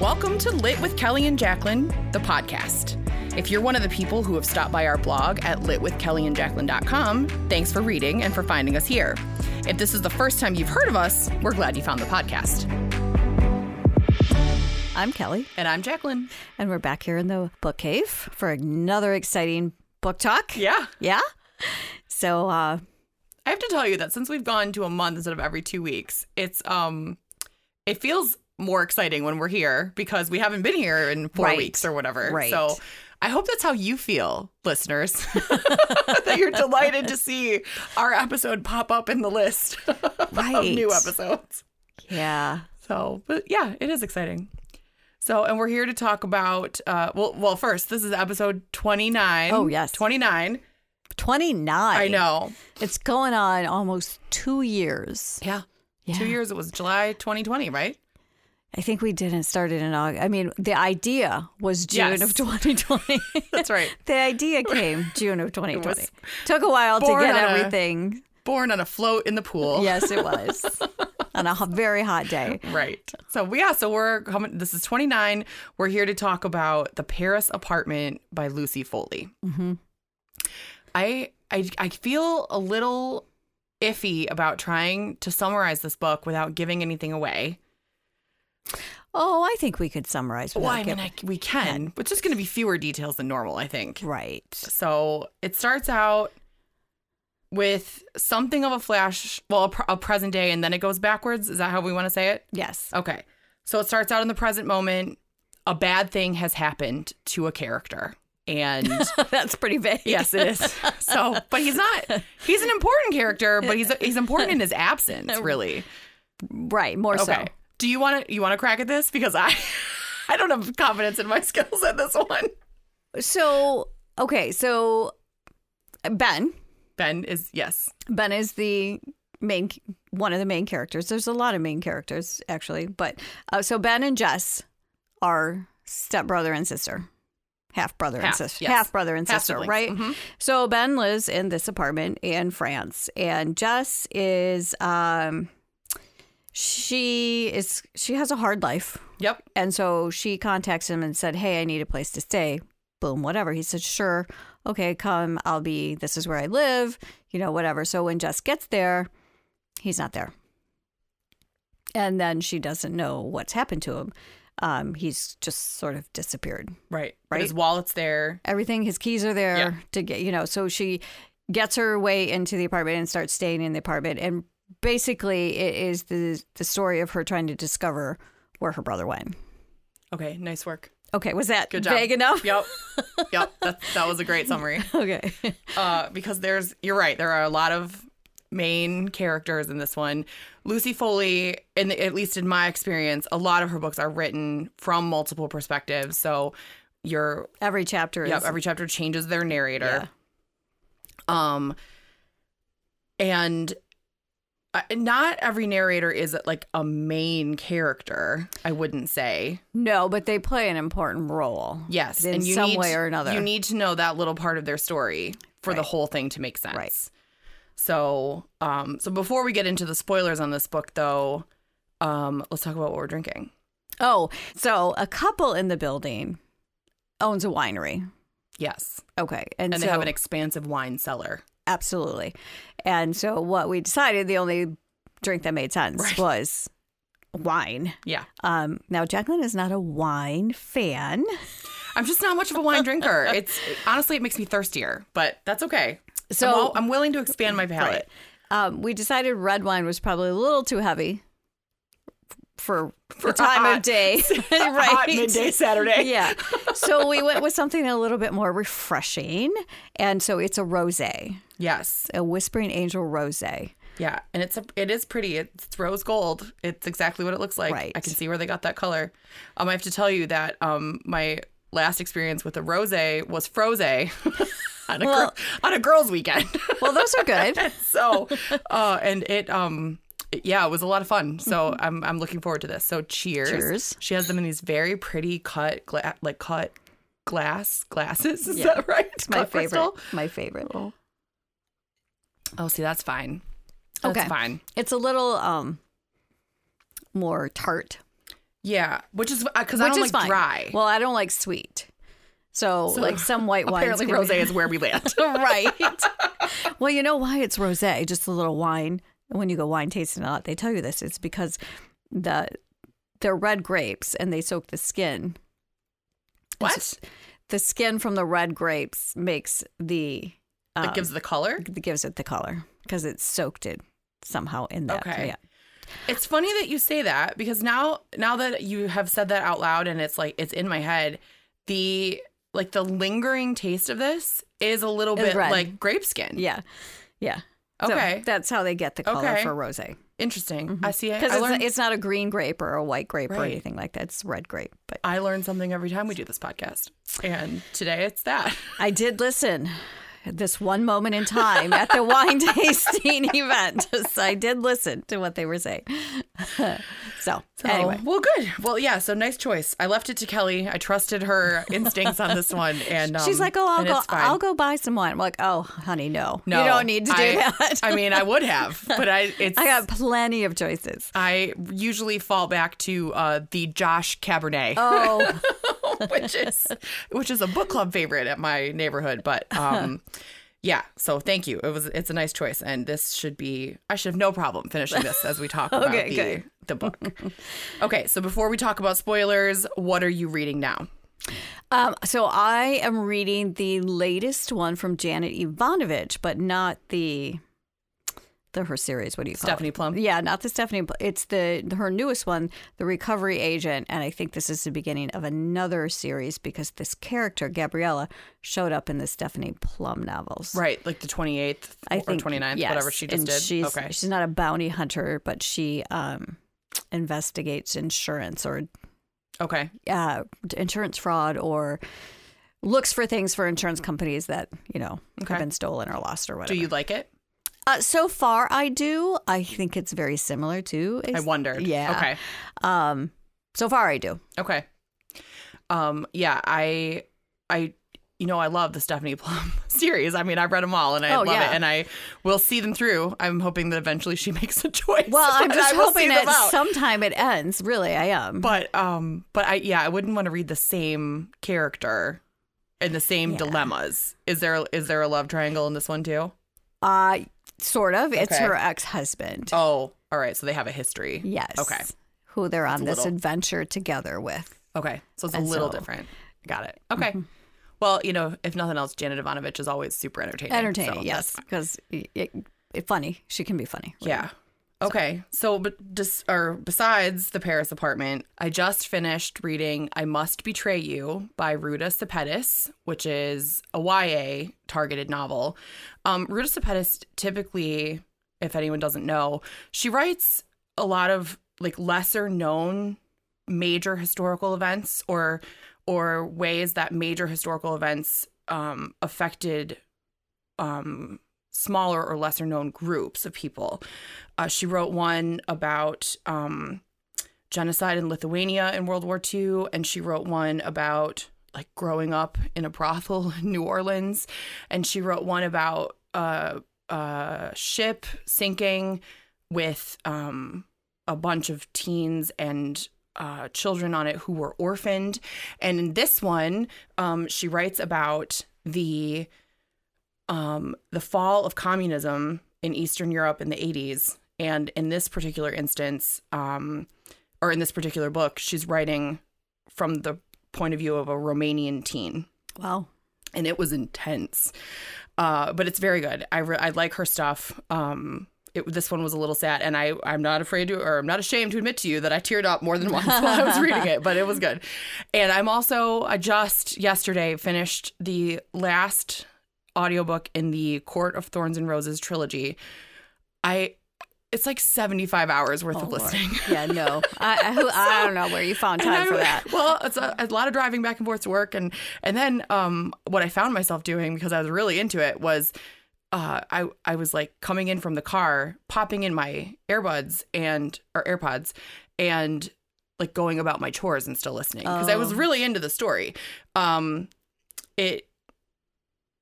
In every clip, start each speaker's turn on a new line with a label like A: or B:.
A: Welcome to Lit with Kelly and Jacqueline, the podcast. If you're one of the people who have stopped by our blog at litwithkellyandjacqueline.com, thanks for reading and for finding us here. If this is the first time you've heard of us, we're glad you found the podcast.
B: I'm Kelly,
A: And I'm Jacqueline.
B: and we're back here in the book cave for another exciting book talk.
A: Yeah.
B: Yeah? So, uh,
A: I have to tell you that since we've gone to a month instead of every two weeks, it's um it feels more exciting when we're here because we haven't been here in four
B: Right.
A: weeks or whatever.
B: Right.
A: So I hope that's how you feel, listeners. that you're delighted to see our episode pop up in the list of
B: right.
A: new episodes.
B: Yeah.
A: So, but yeah, it is exciting. So, and we're here to talk about uh well well first, this is episode 29.
B: Oh, yes.
A: 29.
B: 29.
A: I know.
B: It's going on almost two years.
A: Yeah.
B: Yeah.
A: Two years it was July 2020, right?
B: I think we didn't start it in August. I mean, the idea was June
A: Yes.
B: of 2020.
A: That's right.
B: the idea came June of 2020.
A: was
B: Took a while to
A: born
B: get
A: on a- Oh.
B: everything.
A: born on a float in the pool.
B: Yes, it was. on a ho- very hot day.
A: Right. So we- yeah, so we're coming this is 29. We're here to talk about The Paris Apartment by Lucy Foley.
B: Mhm.
A: I I I feel a little iffy about trying to summarize this book without giving anything away.
B: Oh, I think we could summarize.
A: Well,
B: without
A: Oh, I mean,
B: giving-
A: I, we can, but it's just going to be fewer details than normal, I think.
B: right.
A: So it starts out with something of a flash, well, a, pr- a present day, and then it goes backwards. Is that how we want to say it?
B: Yes.
A: Okay. So it starts out in the present moment. A bad thing has happened to a character. And
B: That's pretty vague.
A: yes, it is. So, but he's not, he's an important character, but he's, he's important in his absence, really.
B: Right, more
A: Okay. Do you want to, you want to crack at this? Because I, I don't have confidence in my skills at this one.
B: so. So, okay, so Ben,
A: Ben is, yes.
B: Ben is the main one of the main characters. There's a lot of main characters actually, but uh, so Ben and Jess are stepbrother and sister. Half brother and
A: Half,
B: sister.
A: yes.
B: Half brother and
A: Half
B: sister,
A: siblings.
B: right?
A: Mhm.
B: So Ben lives in this apartment in France and Jess is um she is she has a hard life.
A: Yep.
B: And so she contacts him and said, Hey, I need a place to stay. Boom, whatever. He said, Sure. Okay, come. I'll be, this is where I live, you know, whatever. So when Jess gets there, he's not there. And then she doesn't know what's happened to him. Um, he's just sort of disappeared.
A: Right. But
B: Right.
A: His wallet's there.
B: Everything, his keys are there
A: Yeah.
B: to get, you know, so she gets her way into the apartment and starts staying in the apartment. And basically, it is the, the story of her trying to discover where her brother went.
A: Okay. Nice work.
B: Okay, was that
A: Good job.
B: vague enough?
A: Yep. Yep. That, that was a great summary.
B: Okay.
A: uh, because there's you're right there are a lot of main characters in this one lucy foley in at least in my experience a lot of her books are written from multiple perspectives so you're
B: Every chapter is
A: yeah every chapter changes their narrator um and uh, not every narrator is like a main character i wouldn't say
B: no, but they play an important role.
A: Yes,
B: in some
A: need-
B: way or another.
A: You need to know that little part of their story for the
B: Right.
A: whole thing to make sense.
B: Right.
A: So, um, so before we get into the spoilers on this book, though, um, let's talk about what we're drinking.
B: oh, so a couple in the building owns a winery.
A: Yes,
B: Okay, and,
A: and
B: so
A: they have an expansive wine cellar.
B: absolutely, and so what we decided the only drink that made sense
A: Right.
B: was wine.
A: Yeah,
B: Um, now Jacqueline is not a wine fan.
A: I'm just not much of a wine drinker. It's honestly, it makes me thirstier, but that's okay.
B: So-
A: I'm, all- I'm willing to expand my palate.
B: Right. Um, we decided red wine was probably a little too heavy for for
A: a
B: the time
A: hot-
B: of day, right?
A: Hot midday Saturday.
B: yeah. So we went with something a little bit more refreshing, and so it's a rosé,
A: Yes.
B: a Whispering Angel rosé.
A: Yeah, and it's a, it is pretty. It's rose gold. It's exactly what it looks like.
B: Right.
A: I can see where they got that color. Um, I have to tell you that um, my last experience with a rose was froze on a
B: Well-
A: girl, on a girls' weekend.
B: Well, those are good.
A: so, uh, and it um, it- yeah, it was a lot of fun. So I'm I'm looking forward to this. So cheers.
B: Mm-hmm. Cheers.
A: She has them in these very pretty cut gla- like cut glass glasses. Is
B: Yeah.
A: that right?
B: My
A: Cut
B: favorite.
A: crystal?
B: My favorite.
A: Oh, see, that's fine. That's
B: Okay.
A: fine.
B: It's a little um more tart.
A: Yeah, which is because I
B: which
A: don't
B: is
A: like
B: fine.
A: dry.
B: Well, I don't like sweet, so,
A: So,
B: like some white wines.
A: Apparently,
B: can be-
A: rosé is where we land.
B: right. well, you know why it's rosé, just a little wine. When you go wine tasting a lot, they tell you this. It's because the they're red grapes and they soak the skin.
A: what?
B: The skin from the red grapes makes the um,
A: That gives the color.
B: that gives it the color because it's soaked it somehow in that.
A: Okay.
B: Yeah.
A: It's funny that you say that because now now that you have said that out loud and it's like it's in my head, the like the lingering taste of this is a little
B: Is
A: bit
B: red.
A: like grape skin.
B: Yeah. Yeah. So
A: Okay.
B: that's how they get the color
A: Okay.
B: for rosé.
A: Interesting. I see it.
B: Because
A: I
B: it's,
A: learn
B: it's not a green grape or a white grape or
A: Right.
B: anything like that. It's red grape. But
A: I learn something every time we do this podcast. And today it's that.
B: I did listen at this one moment in time at the wine tasting event. So I did listen to what they were saying. so, anyway,
A: Oh, well, good. Well, yeah. So nice choice. I left it to Kelly. I trusted her instincts on this one, and um,
B: she's like, "Oh, I'll
A: and
B: go.
A: it's fine.
B: I'll go buy some wine." I'm like, "Oh, honey, no,
A: No,
B: you don't need to do
A: I-
B: that."
A: I mean, I would have, but I it's
B: I got plenty of choices.
A: I usually fall back to uh, the Josh Cabernet,
B: Oh,
A: which is which is a book club favorite at my neighborhood. But um, yeah, so thank you. It was it's a nice choice, and this should be I should have no problem finishing this as we talk about
B: Okay,
A: the
B: good.
A: the book. okay, so before we talk about spoilers, what are you reading
B: Oh.
A: now?
B: Um, so I am reading the latest one from Janet Ivanovich, but not the the her series. What do you call
A: Stephanie Plum?
B: it? Yeah, not the Stephanie. Pl- It's the her newest one, the Recovery Agent, and I think this is the beginning of another series because this character Gabriella showed up in the Stephanie Plum novels.
A: Right, like the 28th
B: I
A: or
B: think
A: 29th,
B: yes,
A: whatever she just
B: and
A: did.
B: She's,
A: okay.
B: she's not a bounty hunter, but she um, investigates insurance or
A: Okay.
B: uh, insurance fraud or looks for things for insurance companies that you know
A: Okay.
B: have been stolen or lost or
A: Do
B: whatever.
A: you like it?
B: uh, so far, I do. I think it's very similar to. a-
A: I wondered.
B: Yeah.
A: Okay.
B: Um, so far, I do.
A: Okay. Um. Yeah. I. I. You know, I love the Stephanie Plum series. I mean, I read them all, and I
B: Oh,
A: love
B: yeah.
A: it, and I will see them through. I'm hoping that eventually she makes a choice.
B: Well, I'm
A: but
B: just
A: I will see
B: hoping
A: them
B: that
A: out.
B: sometime it ends. Really, I am.
A: But um. But I. Yeah. I wouldn't want to read the same character and the same
B: Yeah.
A: dilemmas. Is there is there a love triangle in this one too?
B: uh, sort of. It's
A: Okay.
B: her ex husband.
A: Oh, all right. So they have a history.
B: Yes.
A: Okay.
B: Who they're on this
A: little-
B: adventure together with.
A: Okay. So it's a
B: And
A: little
B: so- Mm-hmm.
A: different. Got it. Okay. Well, you know, if nothing else, Janet Ivanovich is always super entertaining.
B: Entertaining,
A: so
B: yes, because it, it- funny. She can be funny.
A: Yeah. Okay. So, but dis- or besides the Paris apartment, I just finished reading "I Must Betray You" by Ruta Sepetys, which is a YA targeted novel. Um, Ruta Sepetys typically, if anyone doesn't know, she writes a lot of like lesser known major historical events or or ways that major historical events um, affected um, smaller or lesser known groups of people. Uh, she wrote one about um, genocide in Lithuania in World War II, and she wrote one about like growing up in a brothel in New Orleans, and she wrote one about uh, a ship sinking with um, a bunch of teens and uh, children on it who were orphaned. And in this one, um, she writes about the um, the fall of communism in Eastern Europe in the 80s. And in this particular instance, um, or in this particular book, she's writing from the point of view of a Romanian teen.
B: Wow.
A: And it was intense, uh, but it's very good. I, re- I like her stuff. Um, it, this one was a little sad, and I, I'm not afraid to, or I'm not ashamed to admit to you that I teared up more than once while I was reading it, but it was good. And I'm also, I just yesterday finished the last audiobook in the Court of Thorns and Roses trilogy. I it's like 75 hours worth
B: Oh,
A: of
B: Lord.
A: listening.
B: Yeah, no. I, I, who, I don't know where you found time
A: And
B: for
A: I-
B: that.
A: Well, it's a, a lot of driving back and forth to work, and and then um, what I found myself doing because I was really into it was, uh, I I was like coming in from the car, popping in my earbuds and or AirPods, and like going about my chores and still listening because I was
B: Oh.
A: really into the story. Um, it.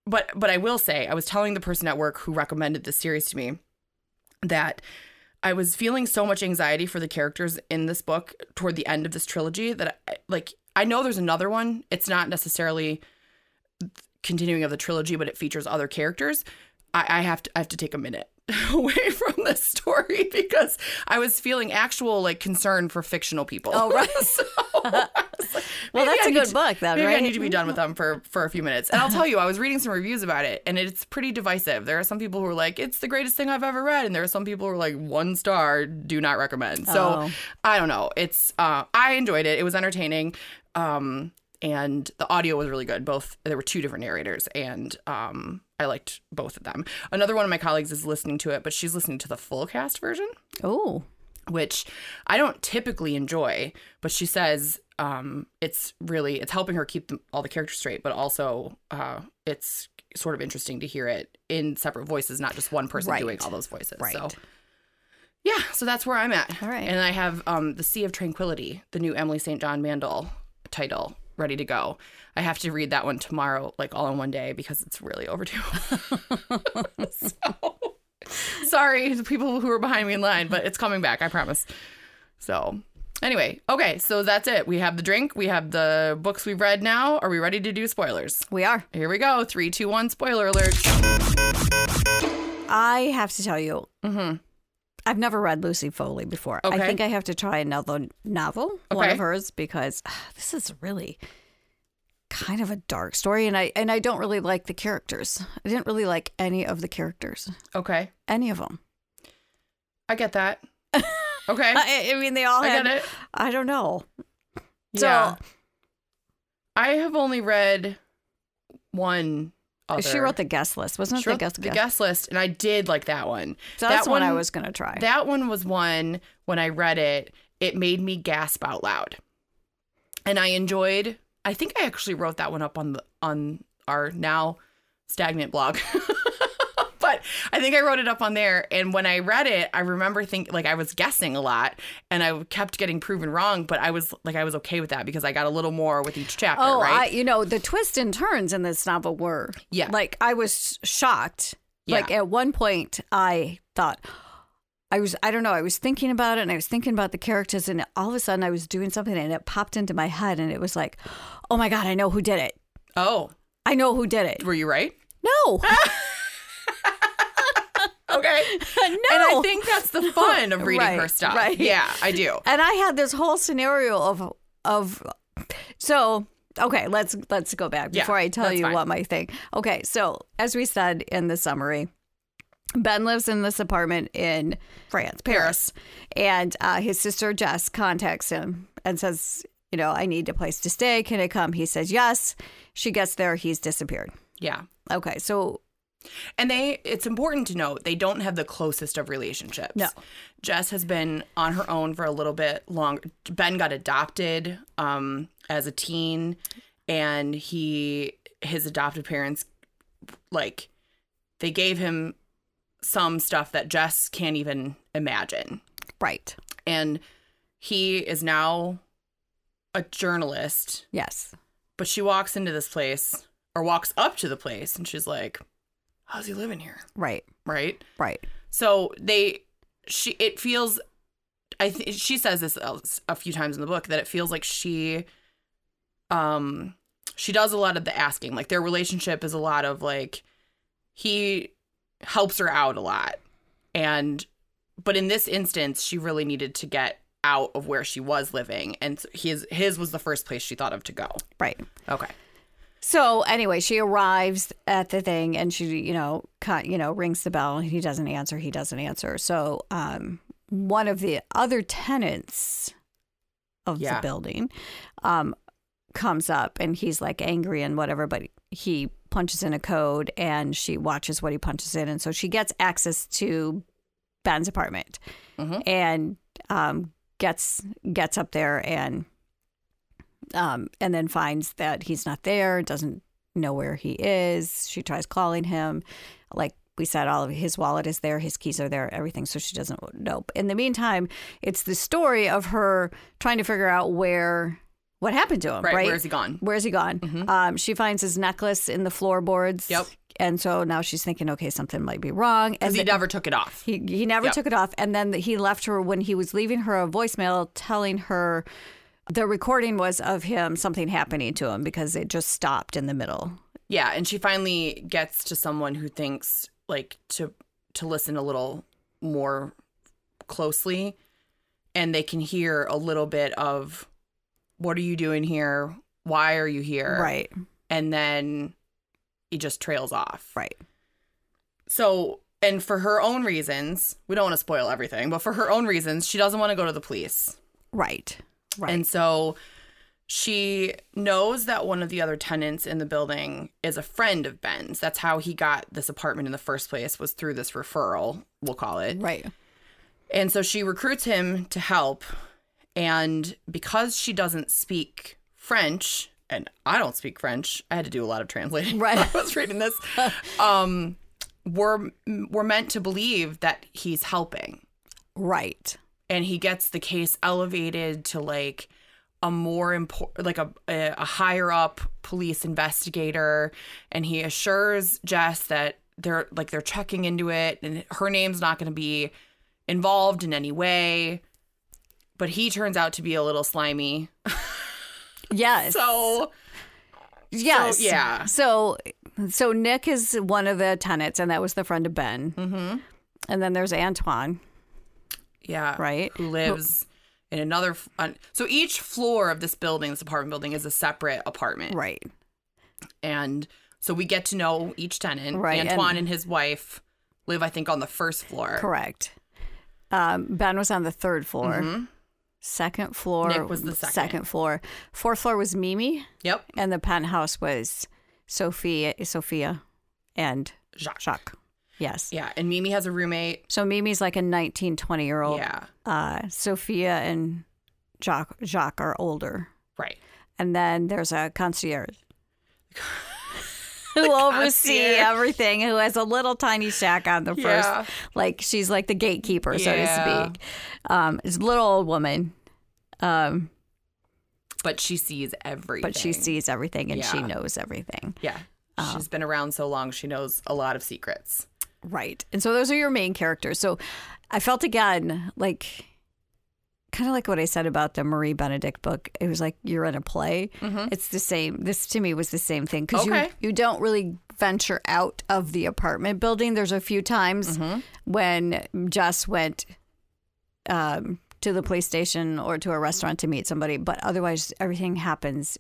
A: But but I will say I was telling the person at work who recommended this series to me that I was feeling so much anxiety for the characters in this book toward the end of this trilogy that I, like I know there's another one. It's not necessarily continuing of the trilogy, but it features other characters. I, I have to I have to take a minute away from this story because I was feeling actual like concern for fictional people.
B: Oh, right.
A: So, I was like, maybe
B: Well, that's
A: I
B: a
A: need
B: good
A: to-
B: book, then,
A: maybe I
B: right?
A: need to be done with them for for a few minutes. And I'll tell you, I was reading some reviews about it, and it's pretty divisive. There are some people who are like, "It's the greatest thing I've ever read," and there are some people who are like, "One star, do not recommend." So
B: Oh.
A: I don't know. It's uh, I enjoyed it. It was entertaining. Um, and the audio was really good. Both there were two different narrators, and um, I liked both of them. Another one of my colleagues is listening to it, but she's listening to the full cast version
B: Oh,
A: which I don't typically enjoy, but she says um, it's really it's helping her keep them, all the characters straight, but also uh, it's sort of interesting to hear it in separate voices, not just one person
B: Right.
A: doing all those voices.
B: right.
A: So yeah, so that's where I'm at.
B: All right.
A: and I have um, the Sea of Tranquility, the new Emily St. John Mandel title. Ready to go. I have to read that one tomorrow, like all in one day, because it's really overdue. so, sorry, the people who are behind me in line, but it's coming back, I promise. So, anyway, okay, so that's it. We have the drink, we have the books we've read now. Are we ready to do spoilers?
B: We are.
A: Here we go. Three, two, one, spoiler alert.
B: I have to tell you,
A: Mm-hmm.
B: I've never read Lucy Foley before.
A: Okay.
B: I think I have to try another novel, one
A: Okay.
B: of hers, because ah, this is really kind of a dark story, and I and I don't really like the characters. I didn't really like any of the characters,
A: Okay,
B: any of them.
A: I get that. Okay,
B: I, I mean, they all
A: I
B: had.
A: get it.
B: I don't know. So-
A: Yeah. I have only read one. Other.
B: She wrote the guest list, wasn't it?
A: She wrote
B: the guest, guest-
A: guest list, and I did like that one.
B: So that's
A: that
B: one, I
A: one-
B: was gonna try.
A: That one was one when I read it, it made me gasp out loud. And I enjoyed I think I actually wrote that one up on the on our now stagnant blog. but I think I wrote it up on there and when I read it, I remember think like I was guessing a lot and I kept getting proven wrong, but I was like I was okay with that because I got a little more with each chapter,
B: oh, I,
A: right?
B: you know, the twists and turns in this novel were.
A: Yeah.
B: Like, I was shocked. Like,
A: Yeah.
B: at one point, I thought, I was, I don't know, I was thinking about it and I was thinking about the characters, and all of a sudden I was doing something and it popped into my head, and it was like, oh my God, I know who did it.
A: oh,
B: I know who did it.
A: were you right?
B: No. no.
A: Okay. And I think that's the fun of reading her
B: Right,
A: stuff.
B: right.
A: Yeah, I do.
B: and I had this whole scenario of of so okay let's let's go back
A: Yeah,
B: before I tell
A: that's
B: you
A: fine.
B: what my thing okay so as we said in the summary Ben lives in this apartment in France Paris, and uh, his sister Jess contacts him and says you know I need a place to stay can I come he says yes she gets there he's disappeared
A: Yeah.
B: okay so
A: And they, it's important to note, they don't have the closest of relationships.
B: No.
A: Jess has been on her own for a little bit longer. Ben got adopted um, as a teen, and he, his adopted parents, like, they gave him some stuff that Jess can't even imagine.
B: right
A: And he is now a journalist,
B: yes
A: but she walks into this place or walks up to the place and she's like, How's he living here?
B: right
A: Right?
B: right
A: So they, she, it feels, I think she says this a- a few times in the book that it feels like she, um, she does a lot of the asking. Like their relationship is a lot of like, he helps her out a lot, and, but in this instance, she really needed to get out of where she was living, and so his his was the first place she thought of to go.
B: right
A: Okay.
B: So anyway, she arrives at the thing and she, you know, cut, you know, rings the bell. He doesn't answer. He doesn't answer. So um, one of the other tenants of
A: Yeah.
B: the building um, comes up and he's like angry and whatever, but he punches in a code and she watches what he punches in. And so she gets access to Ben's apartment
A: Mhm.
B: and um, gets gets up there and um, and then finds that he's not there, doesn't know where he is. She tries calling him. Like we said, all of his wallet is there, his keys are there, everything. So she doesn't know. In the meantime, it's the story of her trying to figure out where what happened to him,
A: Right,
B: right?
A: where is he gone?
B: Where's he gone? Um, she finds his necklace in the floorboards.
A: Yep.
B: And so now she's thinking, okay, something might be wrong. And
A: Because he
B: the-
A: never took it off.
B: he, he never
A: Yep.
B: took it off. And then he left her when he was leaving her a voicemail telling her the recording was of him something happening to him because it just stopped in the middle.
A: Yeah, and she finally gets to someone who thinks like to to listen a little more closely and they can hear a little bit of what are you doing here? Why are you here?
B: Right.
A: And then he just trails off.
B: Right.
A: So, and for her own reasons, we don't want to spoil everything, but for her own reasons, she doesn't want to go to the police.
B: Right. Right.
A: And so she knows that one of the other tenants in the building is a friend of Ben's. That's how he got this apartment in the first place was through this referral, we'll call it.
B: right.
A: And so she recruits him to help. And because she doesn't speak French, and I don't speak French, I had to do a lot of translating.
B: Right.
A: while I was reading this. um, we're we're meant to believe that he's helping
B: Right.
A: and he gets the case elevated to like a more important like a, a a higher up police investigator and he assures Jess that they're like they're checking into it and her name's not going to be involved in any way but he turns out to be a little slimy
B: Yes.
A: so
B: Yes.
A: yeah.
B: So so Nick is one of the tenants, and that was the friend of Ben.
A: Mm.
B: Mm-hmm. And then there's Antoine.
A: yeah
B: Right.
A: Uh, who lives in another f- on, so each floor of this building this apartment building is a separate apartment
B: Right.
A: and so we get to know each tenant.
B: Right, and-
A: Antoine and, his wife live, I think, on the first floor.
B: Correct. Um, ben was on the third floor. Second floor
A: Mm-hmm. Nick was the second.
B: floor. Fourth floor was Mimi,
A: Yep,
B: and the penthouse was Sophia, Sophia, and
A: Jacques.
B: Jacques. Yes.
A: Yeah, and Mimi has a roommate.
B: So Mimi's like a 19, 20 year old.
A: Yeah,
B: Uh, Sophia and Jacques, Jacques are older.
A: right.
B: and then there's a concierge who oversee
A: concierge.
B: everything who has a little tiny shack on the
A: Yeah.
B: first like she's like the gatekeeper so
A: Yeah.
B: to speak um it's a little old woman um
A: But she sees everything.
B: but she sees uh, everything and she
A: Yeah.
B: knows everything
A: Yeah, she's been around so long, she knows a lot of secrets.
B: right and so those are your main characters so i felt again like kind of like what i said about the marie benedict book it was like you're in a play it's the same this to me was the same thing because
A: Okay.
B: you, you don't really venture out of the apartment building there's a few times when jess went um, to the police station or to a restaurant to meet somebody but otherwise everything happens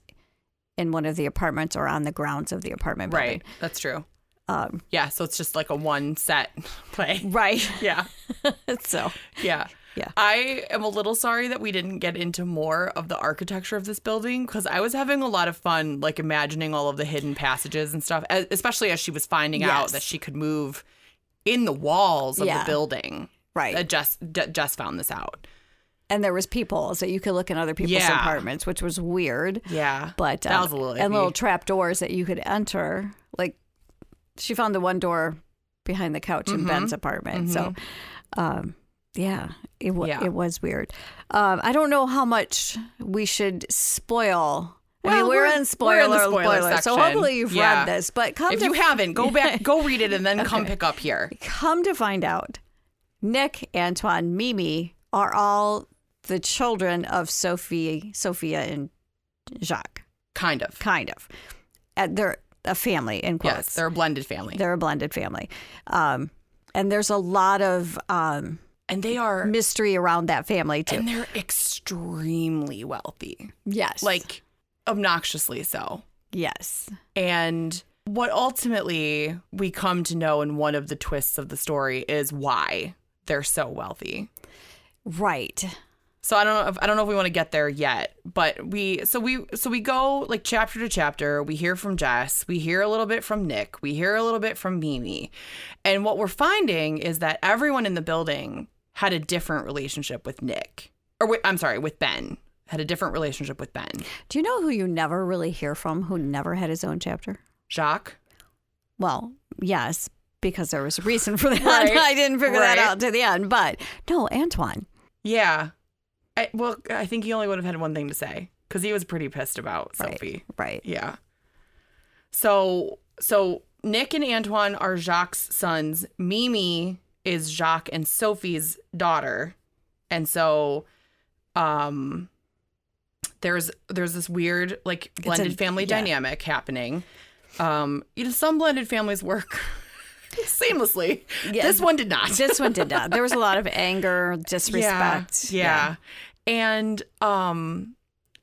B: in one of the apartments or on the grounds of the apartment building.
A: Right, that's true.
B: Um,
A: Yeah, so it's just like a one set play.
B: right
A: Yeah,
B: so
A: yeah.
B: Yeah.
A: I am a little sorry that we didn't get into more of the architecture of this building because I was having a lot of fun, like imagining all of the hidden passages and stuff, e- especially as she was finding out
B: Yes.
A: that she could move in the walls of
B: Yeah.
A: the building.
B: Right.
A: Uh, Jess, D- Jess found this out.
B: and there was people so you could look in other people's
A: Yeah.
B: apartments which was weird
A: Yeah.
B: but
A: That
B: um,
A: was a little
B: and
A: iffy.
B: little trap doors that you could enter like she found the one door behind the couch
A: Mm-hmm.
B: in ben's apartment so um, yeah it, wa
A: Yeah.
B: it was weird um, i don't know how much we should spoil I mean,
A: Well,
B: we're,
A: we're-
B: in
A: we're
B: spoiler,
A: in the spoiler
B: spoiler, so
A: section.
B: hopefully you've
A: Yeah.
B: read this. But come
A: if
B: to
A: you haven't, go back, go read it, and then come pick up here.
B: come to find out, Nick, Antoine, Mimi are all the children of Sophie, Sophia, and Jacques.
A: Kind of.
B: Kind of. And they're a family in quotes.
A: Yes, they're a blended family,
B: they're a blended family, um, and there's a lot of um,
A: and they are,
B: mystery around that family too.
A: and they're extremely wealthy,
B: yes,
A: like obnoxiously so.
B: yes,
A: And what ultimately we come to know in one of the twists of the story is why they're so wealthy.
B: right,
A: So I don't know if I don't know if we want to get there yet, but we so we so we go like chapter to chapter, we hear from Jess, we hear a little bit from Nick, we hear a little bit from Mimi. And what we're finding is that everyone in the building had a different relationship with Nick. Or wi- I'm sorry, with Ben. Had a different relationship with Ben.
B: Do you know who you never really hear from? Who never had his own chapter?
A: Jacques?
B: Well, yes, because there was a reason for that.
A: Right.
B: I didn't figure that
A: Right.
B: out to the end, but no, Antoine.
A: Yeah. I, well, I think he only would have had one thing to say. because he was pretty pissed about
B: Right.
A: Sophie.
B: Right.
A: Yeah. So so Nick and Antoine are Jacques' sons. Mimi is Jacques and Sophie's daughter. And so um there's there's this weird like
B: a-
A: blended family
B: yeah.
A: dynamic happening. Um you know, some blended families work seamlessly.
B: Yeah.
A: This one did not.
B: this one did not. There was a lot of anger, disrespect.
A: Yeah, yeah. And um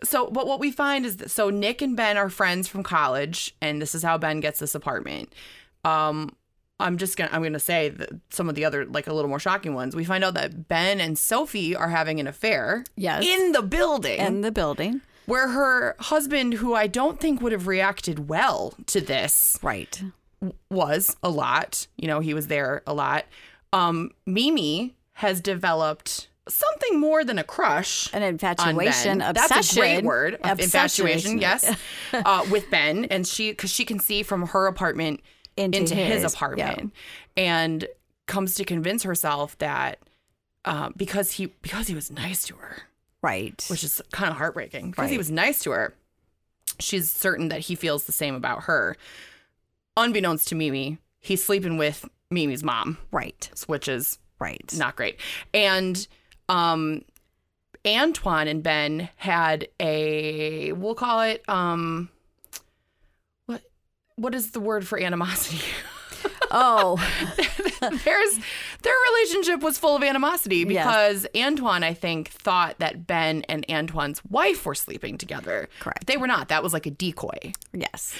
A: so but what we find is that so Nick and Ben are friends from college and this is how Ben gets this apartment. Um I'm just gonna I'm gonna say that some of the other like a little more shocking ones. We find out that Ben and Sophie are having an affair
B: Yes.
A: in the building
B: And the building.
A: where her husband, who I don't think would have reacted well to this,
B: Right.
A: was a lot. You know, he was there a lot. Um, Mimi has developed something more than a crush.
B: An
A: on
B: infatuation,
A: Ben.
B: obsession.
A: That's a great word. of Infatuation,
B: obsession
A: yes. uh, with Ben, and she because she can see from her apartment into,
B: Into
A: his,
B: his, yeah.
A: apartment, and comes to convince herself that uh, because he because he was nice to her,
B: Right.
A: which is kind of heartbreaking because he
B: Right.
A: was nice to her. She's certain that he feels the same about her. Unbeknownst to Mimi, he's sleeping with Mimi's mom,
B: right.
A: which is
B: Right.
A: not great. And um, Antoine and Ben had a we'll call it um, what what is the word for animosity?
B: Oh,
A: There's their relationship was full of animosity because
B: Yes.
A: Antoine, I think, thought that Ben and Antoine's wife were sleeping together.
B: Correct.
A: They were not. That was like a decoy.
B: yes.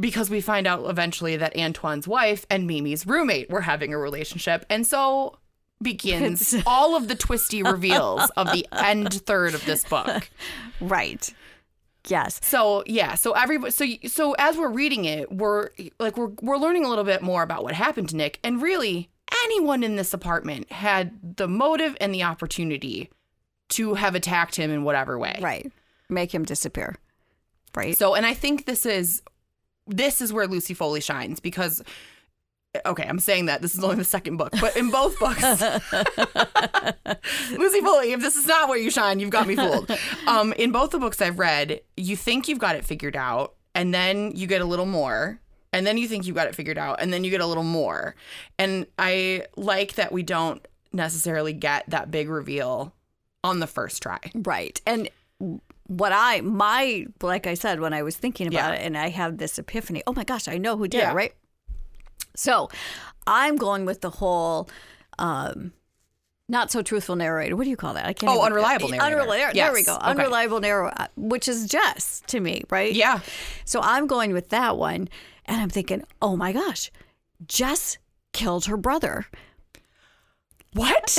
A: Because we find out eventually that Antoine's wife and Mimi's roommate were having a relationship. And so begins all of the twisty reveals of the end third of this book.
B: Right. Yes.
A: So yeah, so every so y- so as we're reading it, we're like we're we're learning a little bit more about what happened to Nick, and really anyone in this apartment had the motive and the opportunity to have attacked him in whatever way.
B: Right. Make him disappear. Right.
A: So, and I think this is this is where Lucy Foley shines because okay, I'm saying that this is only the second book, but in both books, Lucy Foley, if this is not where you shine, you've got me fooled. Um, in both the books I've read, you think you've got it figured out, and then you get a little more. And then you think you've got it figured out, and then you get a little more. And I like that we don't necessarily get that big reveal on the first try.
B: Right. And what I my like I said when I was thinking about
A: Yeah.
B: it and I have this epiphany. Oh my gosh, I know who did
A: Yeah.
B: it, right? So, I'm going with the whole um not so truthful narrator. What do you call that? I can't.
A: Oh,
B: even-
A: unreliable narrator.
B: Unreliable. There we
A: Yes.
B: go.
A: Okay.
B: Unreliable narrator, uh, which is Jess to me, right?
A: Yeah.
B: So I'm going with that one, and I'm thinking, oh my gosh, Jess killed her brother
A: What?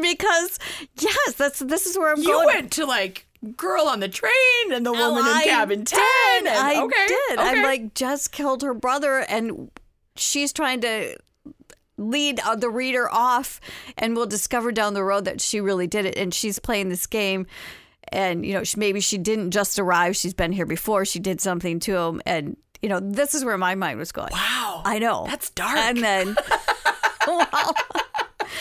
B: because yes, that's this is where I'm
A: You
B: going.
A: went to like girl on the train and the woman
B: Oh,
A: in
B: I
A: cabin ten.
B: did.
A: and-
B: I
A: okay,
B: did. I'm
A: okay.
B: like, Jess killed her brother, and she's trying to lead uh, the reader off, and we'll discover down the road that she really did it, and she's playing this game. And you know, she, maybe she didn't just arrive; she's been here before. She did something to him, and you know, this is where my mind was going.
A: wow,
B: I know
A: that's dark.
B: And then, well,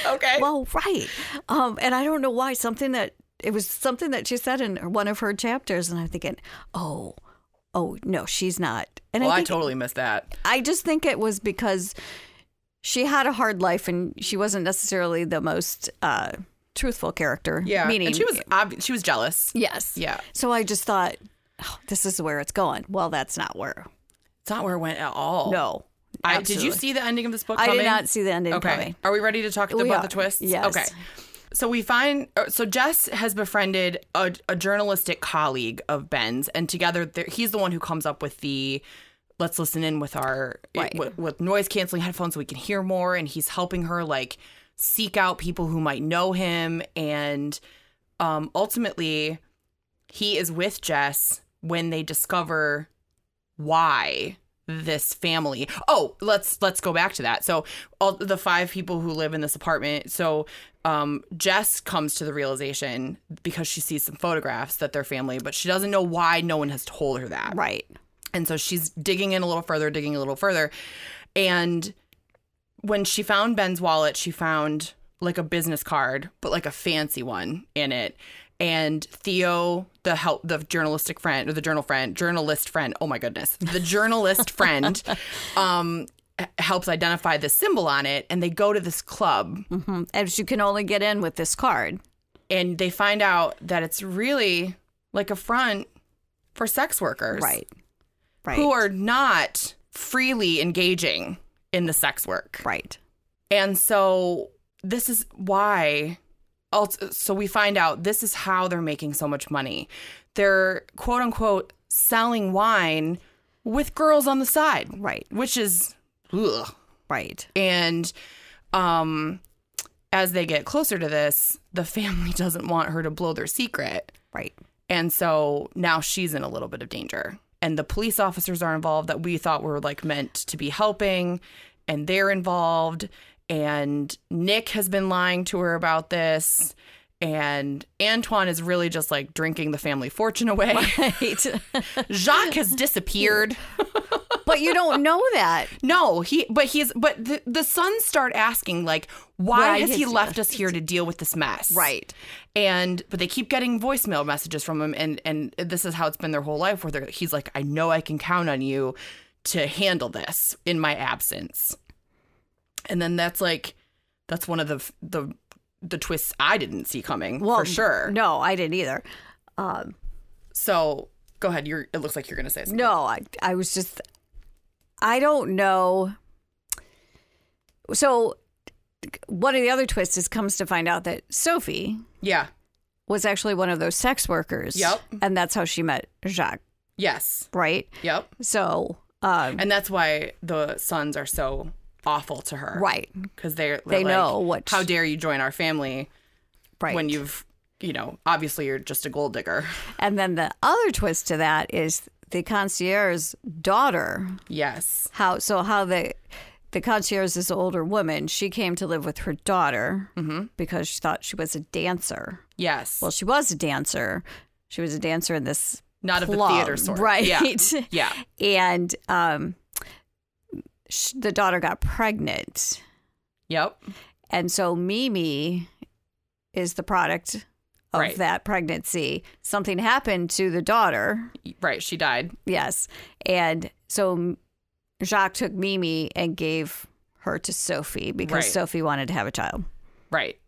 A: okay,
B: well, right. Um, and I don't know why something that it was something that she said in one of her chapters, and I'm thinking, oh, oh no, she's not. And
A: well,
B: I,
A: I
B: think,
A: totally missed that.
B: I just think it was because she had a hard life, and she wasn't necessarily the most uh, truthful character.
A: Yeah,
B: meaning
A: and she was ob- she was jealous.
B: yes,
A: Yeah.
B: So I just thought, oh, this is where it's going. Well, that's not where.
A: It's not where it went at all.
B: No,
A: I, did you
B: absolutely.
A: see the ending of this book?
B: I
A: coming?
B: did not see the ending
A: Okay,
B: coming.
A: are we ready to talk
B: We
A: about
B: are.
A: the twists?
B: Yes.
A: Okay. So we find, uh, so Jess has befriended a, a journalistic colleague of Ben's, and together they're- he's the one who comes up with the let's listen in with our
B: Right.
A: with, with noise canceling headphones so we can hear more, and he's helping her like seek out people who might know him, and um, ultimately he is with Jess when they discover why this family oh let's let's go back to that so all the five people who live in this apartment so um jess comes to the realization because she sees some photographs that they're family but she doesn't know why no one has told her that
B: Right.
A: and so she's digging in a little further, digging a little further. And when she found Ben's wallet, she found like a business card, but like a fancy one in it. and Theo, the help, the journalistic friend or the journal friend, journalist friend. Oh my goodness, the journalist friend, um, h- helps identify the symbol on it, and they go to this club
B: Mhm. And you can only get in with this card.
A: and they find out that it's really like a front for sex workers,
B: Right. Right.
A: Who are not freely engaging in the sex work,
B: right.
A: And so this is why. Also, so we find out this is how they're making so much money. They're quote unquote selling wine with girls on the side,
B: Right.
A: which is ugh.
B: Right.
A: And um, as they get closer to this, the family doesn't want her to blow their secret.
B: Right.
A: And so now she's in a little bit of danger. And the police officers are involved that we thought were like meant to be helping, and they're involved. And Nick has been lying to her about this. And Antoine is really just like drinking the family fortune away.
B: Right.
A: Jacques has disappeared.
B: but you don't know that.
A: No, he, but he's, but the, the sons start asking, like, why,
B: Why
A: has he
B: has-
A: left us here to deal with this mess?
B: Right.
A: And, but they keep getting voicemail messages from him. And, and this is how it's been their whole life where they're, he's like, I know I can count on you to handle this in my absence. And then that's like, that's one of the, the, the twists I didn't see coming for sure.
B: No, I didn't either.
A: So go ahead. You're, it looks like you're going to say something.
B: No, I, I was just, I don't know. So, one of the other twists is comes to find out that Sophie
A: Yeah.
B: was actually one of those sex workers.
A: Yep.
B: And that's how she met Jacques,
A: Yes.
B: right?
A: Yep.
B: So, um,
A: And that's why the sons are so awful to her.
B: right,
A: Because they're, they're
B: They
A: like,
B: know what-
A: How dare you join our family
B: right.
A: when you've, you know, obviously you're just a gold digger.
B: and then the other twist to that is the concierge's daughter.
A: yes.
B: How so? How the the concierge, this older woman, she came to live with her daughter
A: Mm-hmm.
B: because she thought she was a dancer.
A: Yes.
B: Well, she was a dancer. She was a dancer in this
A: Not of the
B: club,
A: theater sort.
B: right?
A: Yeah. Yeah.
B: and um, sh- the daughter got pregnant,
A: Yep.
B: and so Mimi is the product of
A: Right.
B: that pregnancy. Something happened to the daughter,
A: Right. She died.
B: yes, and so Jacques took Mimi and gave her to Sophie because
A: Right.
B: Sophie wanted to have a child.
A: Right.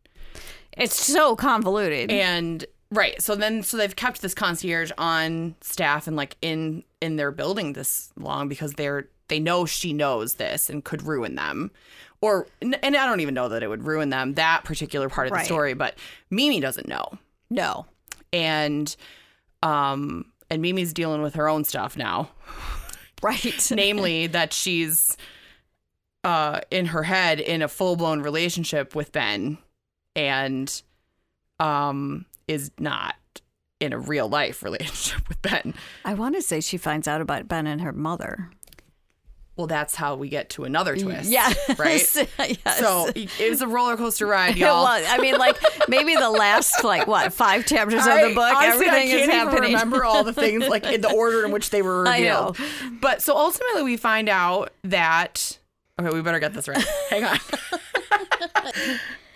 B: It's so convoluted,
A: And right. So then, so they've kept this concierge on staff and like in, in their building this long because they're, they know she knows this and could ruin them. Or, and and I don't even know that it would ruin them, that particular part of the
B: Right.
A: story, but Mimi doesn't know.
B: no,
A: and um and Mimi's dealing with her own stuff now.
B: right?
A: Namely that she's uh in her head in a full-blown relationship with Ben and um is not in a real life relationship with Ben.
B: I want to say she finds out about Ben and her mother.
A: Well, that's how we get to another twist.
B: Yeah.
A: Right?
B: yes.
A: So it was a roller coaster ride,
B: It
A: y'all.
B: was. I mean, like maybe the last like what five chapters of the
A: I-
B: book,
A: honestly,
B: everything
A: I can't
B: is
A: even
B: happening.
A: remember all the things like in the order in which they were
B: I
A: revealed. But so ultimately, we find out that okay, we better get this right. Hang on.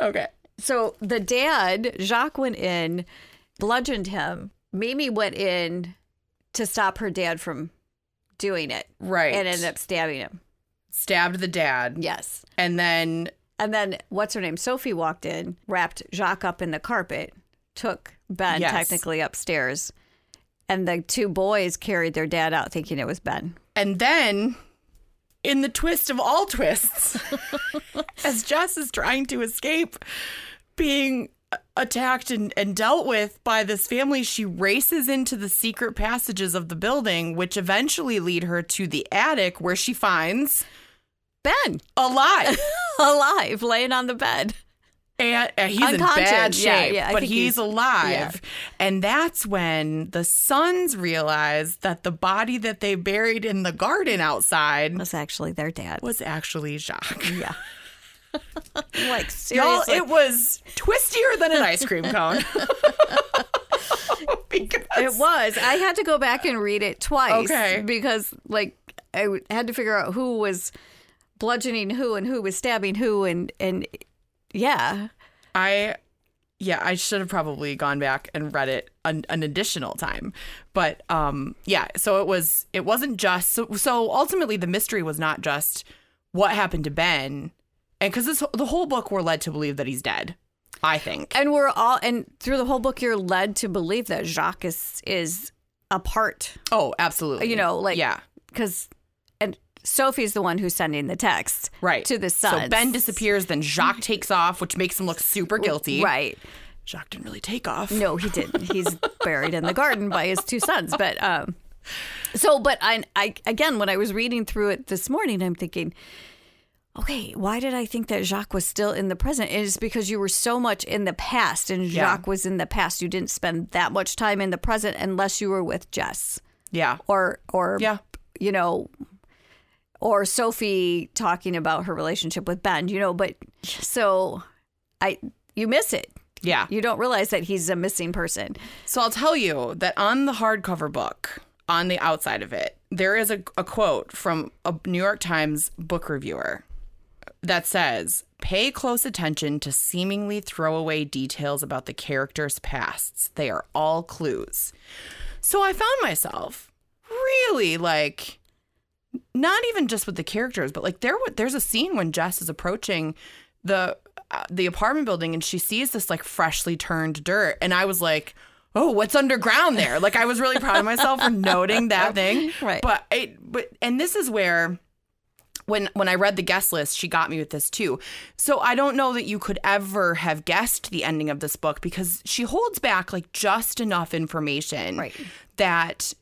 A: okay.
B: So the dad, Jacques, went in, bludgeoned him. Mimi went in to stop her dad from doing it,
A: Right.
B: and ended up stabbing him.
A: stabbed the dad,
B: Yes.
A: and then
B: And then what's her name? Sophie walked in, wrapped Jacques up in the carpet, took Ben
A: Yes.
B: technically upstairs, and the two boys carried their dad out, thinking it was Ben.
A: and then. In the twist of all twists, as Jess is trying to escape being attacked and, and dealt with by this family, she races into the secret passages of the building, which eventually lead her to the attic where she finds
B: Ben
A: alive.
B: alive, laying on the bed.
A: and, and he's in
B: Unconscious.
A: bad shape,
B: Yeah, yeah, I
A: but
B: think
A: he's,
B: he's-
A: alive.
B: yeah.
A: And that's when the sons realize that the body that they buried in the garden outside
B: was actually their dad.
A: was actually Jacques.
B: Yeah. like
A: Y'all,
B: seriously,
A: it was twistier than an ice cream cone. because
B: it was. I had to go back and read it twice
A: Okay.
B: because, like, I w- had to figure out who was bludgeoning who and who was stabbing who and and yeah,
A: I yeah, I should have probably gone back and read it an, an additional time. But um yeah, so it was it wasn't just so, so ultimately the mystery was not just what happened to Ben and cuz this the whole book we're led to believe that he's dead. I think.
B: And we're all and through the whole book you're led to believe that Jacques is is a part,
A: Oh, absolutely.
B: you know, like
A: yeah.
B: cuz and Sophie's the one who's sending the text
A: Right.
B: to the son.
A: So Ben disappears, then Jacques takes off, which makes him look super guilty.
B: Right.
A: Jacques didn't really take off.
B: No, he didn't. He's buried in the garden by his two sons. But um, so, but I, I again, when I was reading through it this morning, I'm thinking, okay, why did I think that Jacques was still in the present? It is because you were so much in the past, and
A: Yeah.
B: Jacques was in the past. You didn't spend that much time in the present unless you were with Jess
A: Yeah.
B: or or
A: Yeah.
B: you know. Or Sophie talking about her relationship with Ben, you know, but so I you miss it.
A: Yeah.
B: You don't realize that he's a missing person.
A: So I'll tell you that on the hardcover book, on the outside of it, there is a, a quote from a New York Times book reviewer that says, Pay close attention to seemingly throwaway details about the characters' pasts. They are all clues. So I found myself really like not even just with the characters, but like there wa- there's a scene when Jess is approaching the uh, the apartment building and she sees this like freshly turned dirt and I was like, "Oh, what's underground there?" Like I was really proud of myself for noting that thing.
B: Right.
A: But it but and this is where when when I read the guest list, she got me with this too. So I don't know that you could ever have guessed the ending of this book because she holds back like just enough information
B: Right.
A: that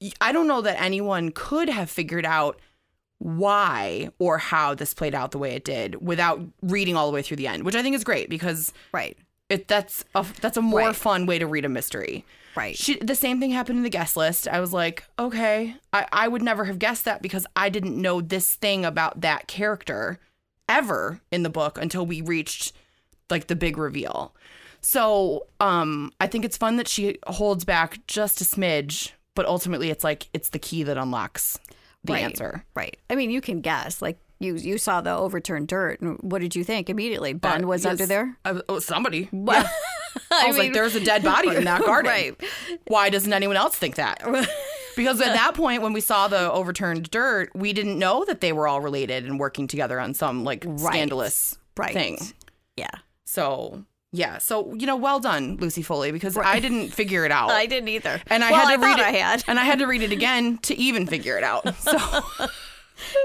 A: y- I don't know that anyone could have figured out why or how this played out the way it did without reading all the way through the end, which I think is great because
B: Right.
A: it that's a that's a more
B: Right.
A: fun way to read a mystery.
B: Right.
A: She, the same thing happened in the guest list. I was like, okay, I, I would never have guessed that because I didn't know this thing about that character ever in the book until we reached like the big reveal. So um, I think it's fun that she holds back just a smidge, but ultimately it's like it's the key that unlocks the
B: Right.
A: answer.
B: Right. I mean, you can guess. Like you, you saw the overturned dirt, and what did you think immediately? Ben
A: Uh,
B: was
A: yes.
B: under there.
A: Uh, oh, somebody.
B: What?
A: I was like, there's a dead body in that garden.
B: Right.
A: Why doesn't anyone else think that? Because at that point, when we saw the overturned dirt, we didn't know that they were all related and working together on some like scandalous
B: Right.
A: thing.
B: Yeah.
A: So, yeah. So, you know, well done, Lucy Foley, because I didn't figure it out.
B: I didn't either.
A: and I
B: Well,
A: had to read
B: thought
A: it.
B: I had.
A: And I had to read it again to even figure it out. So,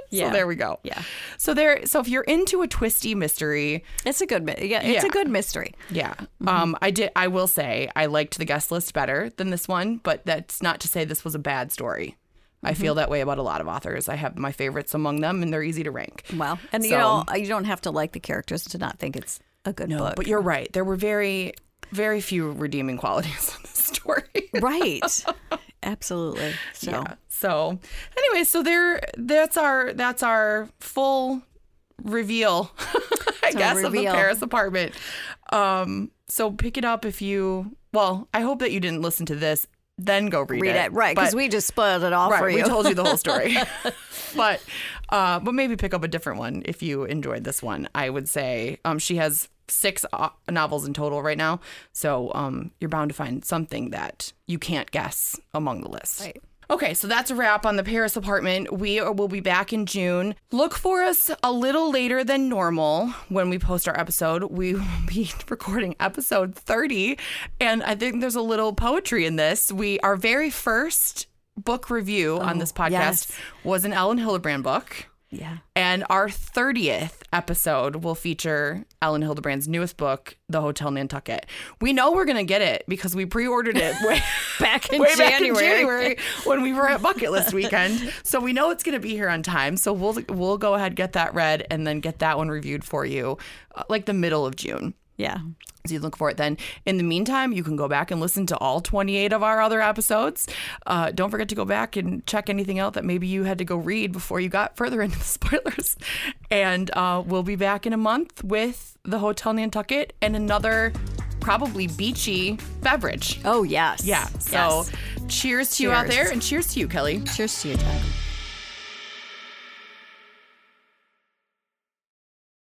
B: Yeah.
A: so there we go.
B: Yeah.
A: So there. So if you're into a twisty mystery,
B: It's a good. mi- Yeah. It's
A: Yeah.
B: a good mystery.
A: yeah. Um, I did. I will say I liked the guest list better than this one, but that's not to say this was a bad story. I feel that way about a lot of authors. I have my favorites among them, and they're easy to rank.
B: Well, and you
A: So-
B: know, you don't have to like the characters to not think it's a good book.
A: but you're right. There were very, very few redeeming qualities in this story.
B: right. Absolutely. So.
A: Yeah. So, anyway, so there. That's our. That's our full reveal. I
B: our
A: guess of the
B: reveal.
A: Paris apartment. Um. So pick it up if you. Well, I hope that you didn't listen to this. Then go read,
B: Read it right because
A: But-
B: we just spoiled it all
A: right,
B: for you.
A: we told you the whole story. but uh, but maybe pick up a different one if you enjoyed this one. I would say um, she has six o- novels in total right now, so um, you're bound to find something that you can't guess among the list.
B: Right.
A: Okay, so that's a wrap on the Paris apartment. We are- will be back in June. Look for us a little later than normal when we post our episode. We will be recording episode 30, and I think there's a little poetry in this. We our very first book review on this podcast
B: Oh, yes.
A: was an Ellen Hildebrand book.
B: yeah.
A: And our 30th episode will feature Ellen Hildebrand's newest book, The Hotel Nantucket. We know we're going to get it because we pre ordered it way,
B: Back in
A: way back in
B: January.
A: January when we were at Bucket List Weekend. So we know it's going to be here on time. So we'll, we'll go ahead, get that read, and then get that one reviewed for you uh, like the middle of June.
B: Yeah.
A: So you look for it then. In the meantime, you can go back and listen to all 28 of our other episodes. Uh, don't forget to go back and check anything out that maybe you had to go read before you got further into the spoilers. And uh, we'll be back in a month with the Hotel Nantucket and another probably beachy beverage.
B: Oh yes.
A: Yeah. So
B: Yes.
A: cheers to you out
B: Cheers.
A: there and cheers to you, Kelly.
B: Cheers to you, Jack.